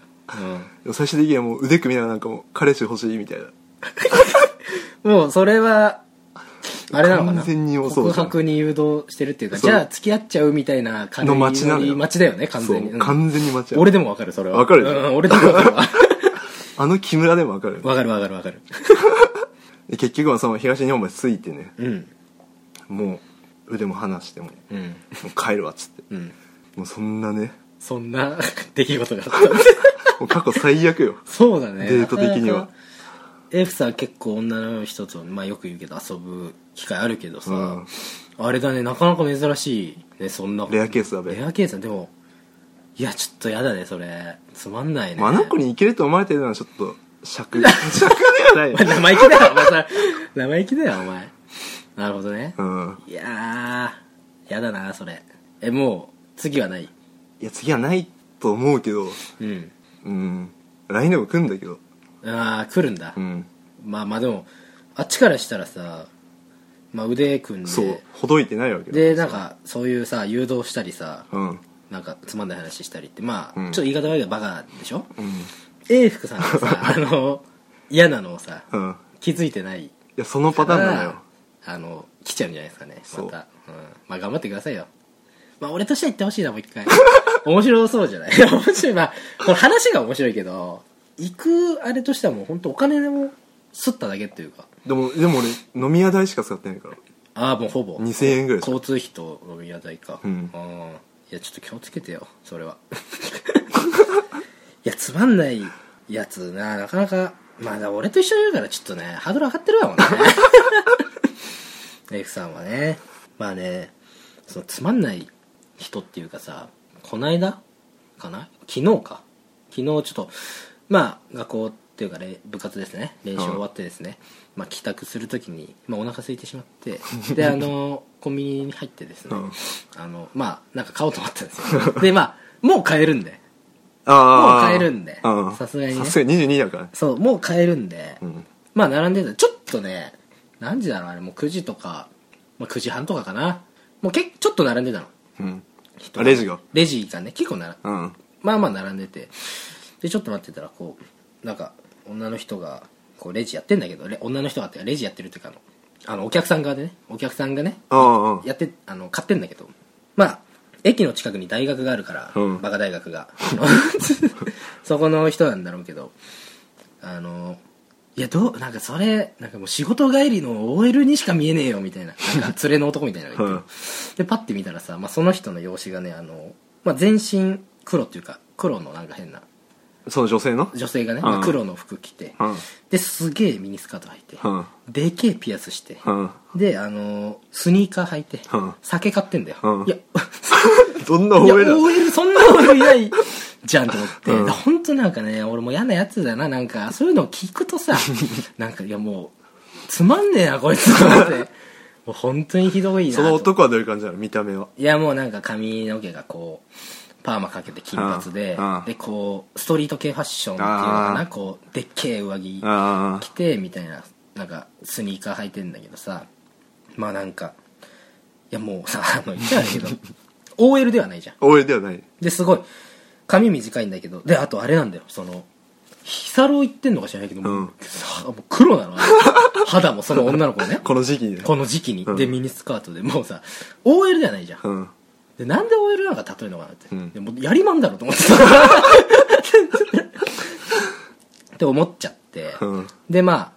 Speaker 2: も最終的にはもう腕組みながらなんかもう彼氏欲しいみたいな
Speaker 1: うん、もうそれはあれなのかな
Speaker 2: 完全にもうそうじ
Speaker 1: 告
Speaker 2: ゃん
Speaker 1: 白に誘導してるっていうか
Speaker 2: そう
Speaker 1: じゃあ付き合っちゃうみたいな感じ
Speaker 2: の街なのよ
Speaker 1: 街だよね完全に、
Speaker 2: そううん完全に間違い、
Speaker 1: 俺でもわかるそれは
Speaker 2: わかるでしょ
Speaker 1: うん、俺でもわかるわ
Speaker 2: あの木村でもわかる
Speaker 1: わかるわかるわかる
Speaker 2: で結局はその東日本橋着いてね
Speaker 1: うん
Speaker 2: もう腕も離しても,、
Speaker 1: うん
Speaker 2: もう帰るわっつって
Speaker 1: うん
Speaker 2: もうそんなね
Speaker 1: そんな [LAUGHS] 出来事があった
Speaker 2: もう過去最悪よ
Speaker 1: そうだ [LAUGHS] ね
Speaker 2: デート的には
Speaker 1: なかなかエフさん結構女の人と、まあ、よく言うけど遊ぶ機会あるけどさ、
Speaker 2: うん
Speaker 1: あれだねなかなか珍しいねそんな
Speaker 2: レアケースだべ
Speaker 1: レアケースだでもいやちょっとやだねそれつまんないね
Speaker 2: まああの子にいけると思われてるのはちょっと
Speaker 1: [LAUGHS]
Speaker 2: 尺尺ではないよ
Speaker 1: 生意気だよお前さ生意気だよお前なるほどね、
Speaker 2: うん
Speaker 1: いやーやだなそれえもう次はない
Speaker 2: いや次はないと思うけど
Speaker 1: うん
Speaker 2: うん来年も来るんだけど
Speaker 1: ああ来るんだ、
Speaker 2: うん
Speaker 1: まあまあでもあっちからしたらさ、まあ、腕組んで
Speaker 2: そうほどいてないわけだ
Speaker 1: でなんかそういうさ誘導したりさ
Speaker 2: うん
Speaker 1: なんかつまんない話したりってまあ、
Speaker 2: うん
Speaker 1: ちょっと言い方悪いけどバカでしょ
Speaker 2: うん
Speaker 1: 永福さんが
Speaker 2: [LAUGHS]
Speaker 1: さあの嫌なのをさ
Speaker 2: うんい
Speaker 1: 気づいてない
Speaker 2: やそのパターンなのよ
Speaker 1: あの来ちゃうんじゃないですかね
Speaker 2: そう
Speaker 1: またう、ん、まあ頑張ってくださいよまあ俺としては言ってほしいなもう一回 [LAUGHS] 面白そうじゃない [LAUGHS] 面白いまあこの話が面白いけど行くあれとしてはもう本当お金でもすっただけっていうか
Speaker 2: でもでも俺飲み屋代しか使ってないから
Speaker 1: ああもうほぼ
Speaker 2: 2000円ぐらいしか
Speaker 1: 交通費と飲み屋代か
Speaker 2: うん
Speaker 1: いやちょっと気をつけてよそれは [LAUGHS] いやつまんないやつななかなかまあだ俺と一緒にいるからちょっとねハードル上がってるわもんね F さんはねまあねそのつまんない人っていうかさこないだかな昨日か昨日ちょっとまあ学校っていうかれ部活ですね練習終わってですね、まあ、帰宅するときに、まあ、お腹空いてしまって
Speaker 2: [LAUGHS]
Speaker 1: であのコンビニに入ってですね、
Speaker 2: うん
Speaker 1: あのまあなんか買おうと思ったんですよでまあもう買えるんでも
Speaker 2: あ
Speaker 1: う買えるんで
Speaker 2: うん
Speaker 1: さすがにね
Speaker 2: さすがに22だからね
Speaker 1: そうもう買えるんで、
Speaker 2: うん
Speaker 1: まあ並んでたちょっとね何時だろうあれもう9時とか、まあ、9時半とかかなもうけちょっと並んでたの
Speaker 2: うん
Speaker 1: 人
Speaker 2: あレジが
Speaker 1: レジがね結構なら
Speaker 2: うん
Speaker 1: まあまあ並んでてでちょっと待ってたらこうなんか女の人がこうレジやってんだけどレ女の人がっていうかレジやってるっていうかあのあのお客さん側でねお客さんがね
Speaker 2: あああ
Speaker 1: やってあの買ってんだけどまあ駅の近くに大学があるから、
Speaker 2: うん
Speaker 1: バカ大学
Speaker 2: [LAUGHS]
Speaker 1: が [LAUGHS] そこの人なんだろうけどあのいやどうなんかそれなんかもう仕事帰りの OL にしか見えねえよみたいななんか連れの男みたいなのがいて、
Speaker 2: うん
Speaker 1: でパッて見たらさ、まあ、その人の容姿がねあの、まあ、全身黒っていうか黒のなんか変な
Speaker 2: その女性の
Speaker 1: 女性がね、まあ
Speaker 2: うん
Speaker 1: 黒の服着て、
Speaker 2: うん
Speaker 1: ですげえミニスカート履いて、
Speaker 2: うん
Speaker 1: でけえピアスして、
Speaker 2: うん
Speaker 1: であのスニーカー履いて、
Speaker 2: うん
Speaker 1: 酒買ってんだよ、
Speaker 2: うん
Speaker 1: い
Speaker 2: [LAUGHS]
Speaker 1: や
Speaker 2: どんない
Speaker 1: や
Speaker 2: OL だ
Speaker 1: OL そんな OL いないじゃんと思って、
Speaker 2: うん
Speaker 1: 本当なんかね俺も嫌なやつだななんかそういうのを聞くと
Speaker 2: [LAUGHS]
Speaker 1: さなんかいやもうつまんねえなこいつと思ってもう本当にひどいなと
Speaker 2: その男はどういう感じなの見た目はい
Speaker 1: やもうなんか髪の毛がこうパーマかけて金髪で
Speaker 2: うんうん
Speaker 1: でこうストリート系ファッションっていうのか
Speaker 2: あ
Speaker 1: な
Speaker 2: ー
Speaker 1: こうでっけえ上着
Speaker 2: あ
Speaker 1: 着てみたいななんかスニーカー履いてんだけどさまあなんかいやもうさあの言っちゃうけど [LAUGHS] OL ではないじゃん
Speaker 2: あ OL ではない
Speaker 1: ですごい髪短いんだけどであとあれなんだよそのヒサロ行ってんのか知らないけど、もう
Speaker 2: うん
Speaker 1: さもう黒なのあ [LAUGHS] の肌もその女の子ね
Speaker 2: [LAUGHS] この時期にね
Speaker 1: この時期に、
Speaker 2: うん
Speaker 1: でミニスカートでもうさ OL ではないじゃん
Speaker 2: うん
Speaker 1: でなんで OL なんか例えるのかなって、
Speaker 2: うん
Speaker 1: でもやりまんだろうと思って
Speaker 2: [LAUGHS]
Speaker 1: たって思っちゃって、
Speaker 2: うん
Speaker 1: でま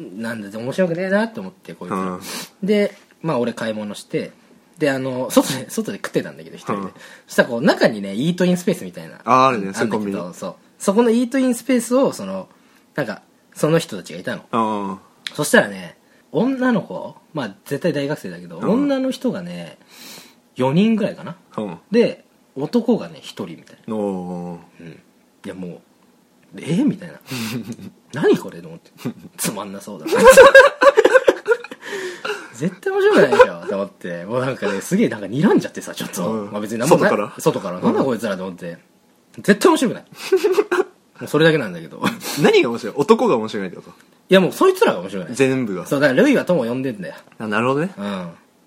Speaker 1: あなんで面白くねえなって思ってこいつら、
Speaker 2: うん
Speaker 1: でまあ俺買い物してであの外で外で食ってたんだけど一人で、
Speaker 2: うん
Speaker 1: そしたらこう中にねイートインスペースみたいな
Speaker 2: あーあるねそうい
Speaker 1: ん
Speaker 2: う
Speaker 1: だ
Speaker 2: コン
Speaker 1: け
Speaker 2: ビ
Speaker 1: ど
Speaker 2: ニ
Speaker 1: そうそこのイートインスペースをそのなんかその人たちがいたの
Speaker 2: あ
Speaker 1: そしたらね女の子まあ絶対大学生だけど、
Speaker 2: うん
Speaker 1: 女の人がね4人ぐらいかな
Speaker 2: あうん
Speaker 1: で男がね1人みたいな、
Speaker 2: おー
Speaker 1: うん、いやもうえー、みた
Speaker 2: [LAUGHS]
Speaker 1: いな何これと思ってつまんなそうだな絶対面白くないでしょと思ってもうなんかねすげえなんか睨んじゃってさちょっと、
Speaker 2: うん
Speaker 1: まあ、別に何もない
Speaker 2: 外から
Speaker 1: 外からなんだこいつらと思って、絶対面
Speaker 2: [LAUGHS]
Speaker 1: 白くないもうそれだけなんだけどい
Speaker 2: 何が面白い男が面白いってこと
Speaker 1: やもうそいつらが面白くない
Speaker 2: 全部が
Speaker 1: そうだからルイは友を呼んでんだよ
Speaker 2: あなるほどね
Speaker 1: うん。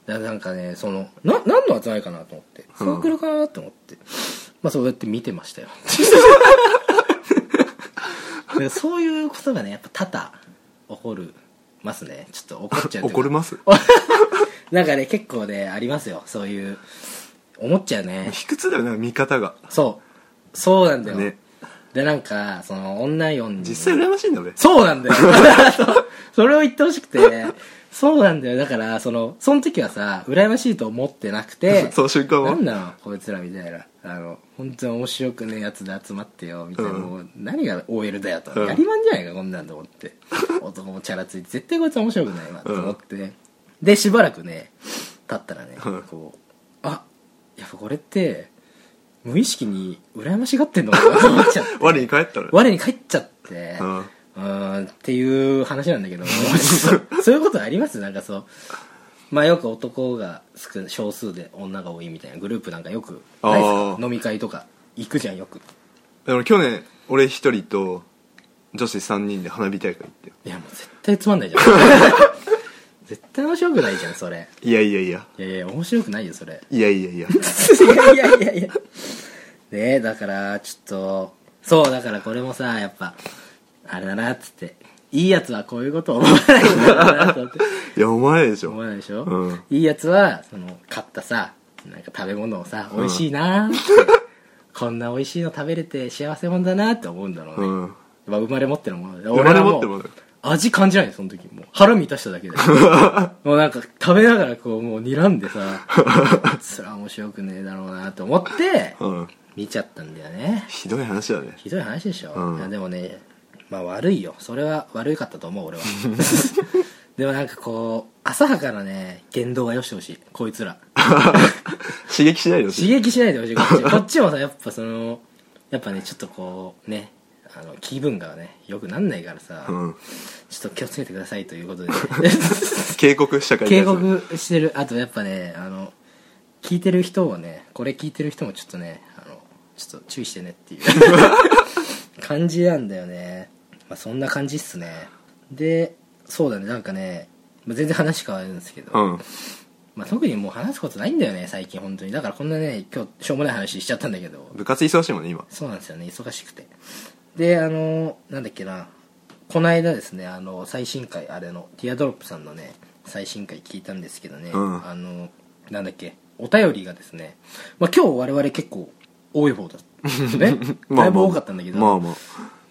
Speaker 1: だからなんかね、その、な、何の集まりかなと思って。サークルかなと思って。まあそうやって見てま
Speaker 2: [LAUGHS]
Speaker 1: したよ。でそういうことがね、やっぱ多々起こるますね。ちょっと怒っちゃうというか
Speaker 2: 怒ります
Speaker 1: [LAUGHS] なんかね、結構ね、ありますよ。そういう、思っちゃうね。
Speaker 2: 卑屈だよね見方が
Speaker 1: そう。そうなんだよ。
Speaker 2: ね
Speaker 1: で、なんか、その、女4人。
Speaker 2: 実際羨ましいんだ俺、
Speaker 1: そうなんだよ。 [LAUGHS] そうそれを言ってほしくて。そうなんだよ。だから、その、その時はさ、羨ましいと思ってなくて
Speaker 2: [LAUGHS] その瞬間
Speaker 1: な
Speaker 2: は
Speaker 1: んなのこいつらみたいな。あの、本当に面白くねえやつで集まってよ、みたいな。
Speaker 2: うん
Speaker 1: もう、何が OL だよと。
Speaker 2: うん
Speaker 1: やりまんじゃないか、こんなんと思って。男もチャラついて、絶対こいつ面白くないわ、と思って。で、しばらくね、経ったらね
Speaker 2: うん、
Speaker 1: こう、あ、やっぱこれって、無意識に羨ましがってんのかなと思っちゃって。
Speaker 2: 我に返ったら
Speaker 1: 我に返っちゃって、
Speaker 2: う
Speaker 1: うんん、[LAUGHS] っ
Speaker 2: [LAUGHS]
Speaker 1: ていう話なんだけどそういうことありますなんかそうまあよく男が少少数で女が多いみたいなグループなんかよく
Speaker 2: あー
Speaker 1: ないですか飲み会とか行くじゃんよく
Speaker 2: でも去年俺一人と女子3人で花火大会行って
Speaker 1: いやもう絶対つまんないじゃん [LAUGHS] 絶対面白くないじゃんそれ
Speaker 2: いやいやいや
Speaker 1: いやいや面白くないよそれ
Speaker 2: いやいや
Speaker 1: [LAUGHS]
Speaker 2: い
Speaker 1: いや
Speaker 2: や
Speaker 1: いやいやいやねえだからちょっとそうだからこれもさやっぱあれだなっつっていいやつはこういうことを思わないんだろうなと思って
Speaker 2: いやお前でし
Speaker 1: 思
Speaker 2: ょ
Speaker 1: わないでしょ、
Speaker 2: うん
Speaker 1: いいやつはその買ったさなんか食べ物をさ美味しいなーって、こんな美味しいの食べれて幸せもんだなって思うんだろうね、
Speaker 2: うん
Speaker 1: まあ生まれ持ってるものだ
Speaker 2: 生まれ持ってるものだ
Speaker 1: 俺はう味感じないよその時もう腹満たした
Speaker 2: [LAUGHS]
Speaker 1: だけでもうなんか食べながらこうもう睨んでさ [LAUGHS] それは面白くねえだろうなと思って
Speaker 2: うん
Speaker 1: 見ちゃったんだよね
Speaker 2: ひどい話だね [LAUGHS]
Speaker 1: ひどい話でしょ、
Speaker 2: うん
Speaker 1: いやでもねまあ悪いよそれは悪かったと思う俺
Speaker 2: [LAUGHS]
Speaker 1: はでもなんかこう浅はかなね言動はよしてほしいこいつら
Speaker 2: 刺激しないでほし
Speaker 1: 刺
Speaker 2: い
Speaker 1: 激しないでほしいこっ
Speaker 2: [LAUGHS]
Speaker 1: ちこっちもさやっぱそのやっぱねちょっとこうねあの気分がねよくなんないからさ、
Speaker 2: うん
Speaker 1: ちょっと気をつけてくださいということで、
Speaker 2: [LAUGHS]
Speaker 1: ね、
Speaker 2: 警告社会に対
Speaker 1: 警
Speaker 2: する
Speaker 1: 告してるあとやっぱねあの聞いてる人をねこれ聞いてる人もちょっとねあのちょっと注意してねっていう
Speaker 2: [LAUGHS]
Speaker 1: 感じなんだよね、まあ、そんな感じっすねでそうだねなんかね、まあ、全然話変わるんですけど、
Speaker 2: うん
Speaker 1: まあ、特にもう話すことないんだよね最近本当にだからこんなね今日しょうもない話しちゃったんだけど
Speaker 2: 部活忙しいもん
Speaker 1: [LAUGHS]
Speaker 2: ね今
Speaker 1: そうなんですよね忙しくてであのなんだっけなこの間ですねあの最新回あれのティアドロップさんのね最新回聞いたんですけどね、
Speaker 2: うん
Speaker 1: あのなんだっけお便りがですね、まあ、今日我々結構多い方だっ
Speaker 2: [LAUGHS]
Speaker 1: たねだいぶ多かったんだけど、
Speaker 2: まあまあ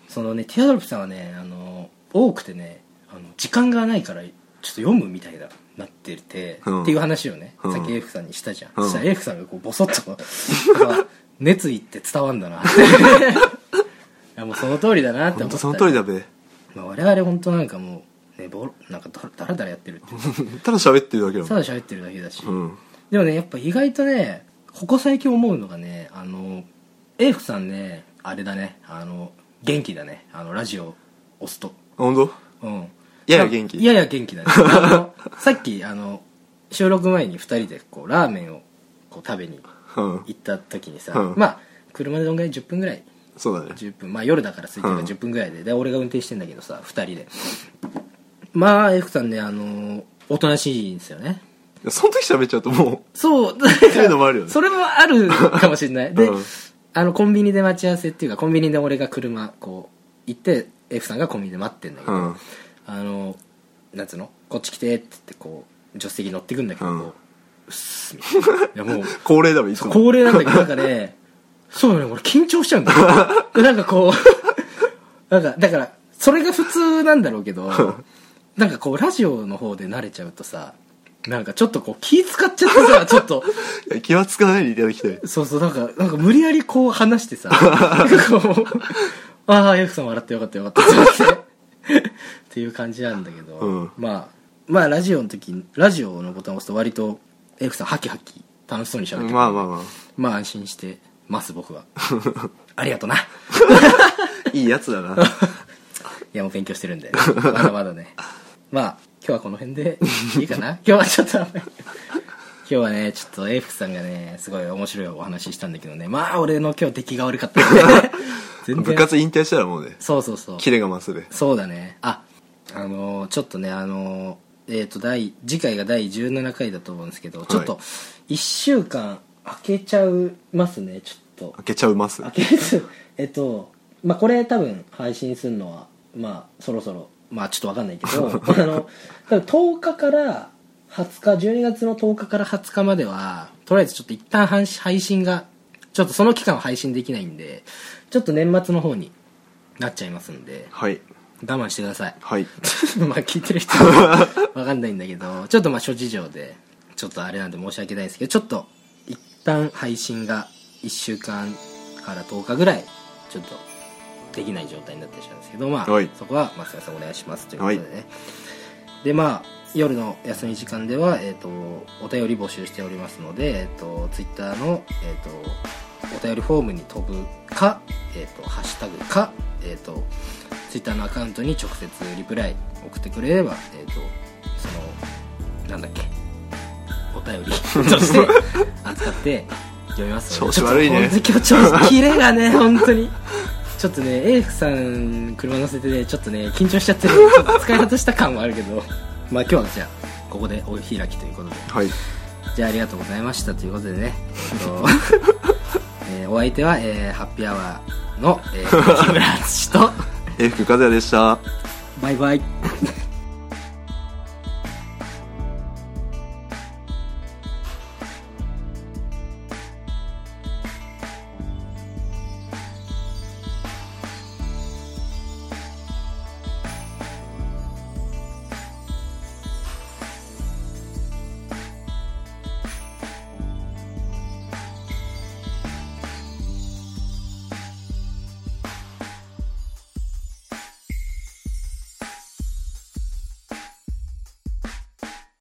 Speaker 1: そのねティアドロップさんはねあの多くてねあの時間がないからちょっと読むみたいななってて、
Speaker 2: うん
Speaker 1: っていう話をね、
Speaker 2: うん
Speaker 1: さっき AF さんにしたじゃん、
Speaker 2: うん
Speaker 1: そしたら AF さんがこうボソッ
Speaker 2: [LAUGHS]
Speaker 1: となんか熱意って伝わんだなっていやもうその通りだなって思った
Speaker 2: 本当その通りだべ [LAUGHS]
Speaker 1: まあ、我々本当なんかもう、ね、ボロなんかだだらだらやってるっていう
Speaker 2: ただ喋ってるだけだ
Speaker 1: た
Speaker 2: も
Speaker 1: だ喋ってるだけだし、
Speaker 2: んうん
Speaker 1: でもねやっぱ意外とねここ最近思うのがねあの AF さんねあれだねあの元気だねあのラジオ押すと
Speaker 2: あ本当
Speaker 1: うん
Speaker 2: やや元気
Speaker 1: いやいや元気だねあの [LAUGHS] さっきあの収録前に2人でこうラーメンをこう食べに
Speaker 2: うん
Speaker 1: 行った時にさ、
Speaker 2: うん
Speaker 1: まあ車でどんぐらい10分ぐらい
Speaker 2: そうだね
Speaker 1: 10分まあ夜だから空いてるから
Speaker 2: うん
Speaker 1: 10分ぐらいで、で俺が運転してんだけどさ2人でまあ F さんねあのおとなしいんですよね
Speaker 2: その時喋っちゃうとも
Speaker 1: そうだ
Speaker 2: うそういうのもあるよね
Speaker 1: それもあるかもしれないで、
Speaker 2: [LAUGHS] うん
Speaker 1: あのコンビニで待ち合わせっていうかコンビニで俺が車こう行って F さんがコンビニで待ってんだけど、
Speaker 2: うん
Speaker 1: あのなんつうのこっち来てって言ってこう助手席に乗ってくんだけど、
Speaker 2: うん
Speaker 1: こううっすみたいないやもう
Speaker 2: 高齢だべいつも
Speaker 1: 恒例なんだけどなんかねそうだね俺緊張しちゃうんだよでなんかこう [LAUGHS] なんかだからそれが普通なんだろうけどなんかこうラジオの方で慣れちゃうとさなんかちょっとこう気使っちゃってさちょっと
Speaker 2: いや気はつかないでいただきたい
Speaker 1: そうそうなんかなんか無理やりこう話し
Speaker 2: [LAUGHS]
Speaker 1: てさなんかこうああよくさん笑ってよかったよかったって思ってっていう感じなんだけど、
Speaker 2: うん
Speaker 1: まあまあラジオの時ラジオのボタンを押すと割と F さんハキハキ楽しそうに喋ってくれる
Speaker 2: まあまあま
Speaker 1: まあ安心してます僕
Speaker 2: [LAUGHS]
Speaker 1: はありがとない
Speaker 2: あいいやつだな
Speaker 1: やもう勉強してるんでまだまだねまあ今日はこの辺でいいか
Speaker 2: [LAUGHS]
Speaker 1: な今日はちょっとあんまり今日はねちょっとエイフさんがねすごい面白いお話ししたんだけどねまあ俺の今日出来が悪かった
Speaker 2: [LAUGHS]
Speaker 1: ね全
Speaker 2: 部
Speaker 1: 然
Speaker 2: 活引退したらもうね
Speaker 1: そうそうそう
Speaker 2: キレが増すべ
Speaker 1: そうだねああのーちょっとねあのーえっ、と第次回が第17回だと思うんですけど、ちょっと
Speaker 2: は
Speaker 1: 1週間空けちゃいますねちょっと
Speaker 2: 開けちゃうます
Speaker 1: あとりあえず [LAUGHS] えっとまあこれ多分配信するのはまあそろそろまあちょっとわかんないけどあの多分10日から20日12月の10日から20日まではとりあえずちょっと一旦配信配信がちょっとその期間は配信できないんでちょっと年末の方になっちゃいますんで
Speaker 2: はい
Speaker 1: 我慢してください
Speaker 2: はい
Speaker 1: [LAUGHS] まあ聞いてる人はわかんないんだけどちょっとまあ諸事情でちょっとあれなんで申し訳ないですけどちょっと一旦配信が1週間から10日ぐらいちょっとできない状態になってしまうんですけどまあ、
Speaker 2: はい
Speaker 1: そこは松田さんお願いしますということでね、でまあ夜の休み時間では、えー、とお便り募集しておりますので、えー、とツイッターの、えー、とお便りフォームに飛ぶか、えー、とハッシュタグか、えー、とツイッターのアカウントに直接リプライ送ってくれれば、えー、とそのなんだっけお便
Speaker 2: [LAUGHS]
Speaker 1: りとして扱って読みますので
Speaker 2: 調子悪いね
Speaker 1: ちょっと今日調子キレがね本当にちょっとねエイフさん車乗せてねちょっとね緊張しちゃってねちょっと使い果たした感はあるけどまあ今日はじゃあここでお開きということで
Speaker 2: はい
Speaker 1: じゃあありがとうございましたということでね、えっと [LAUGHS] えーお相手は、えーハッピーアワーの、えー、木村敦と
Speaker 2: 英福和也でした
Speaker 1: バイバイ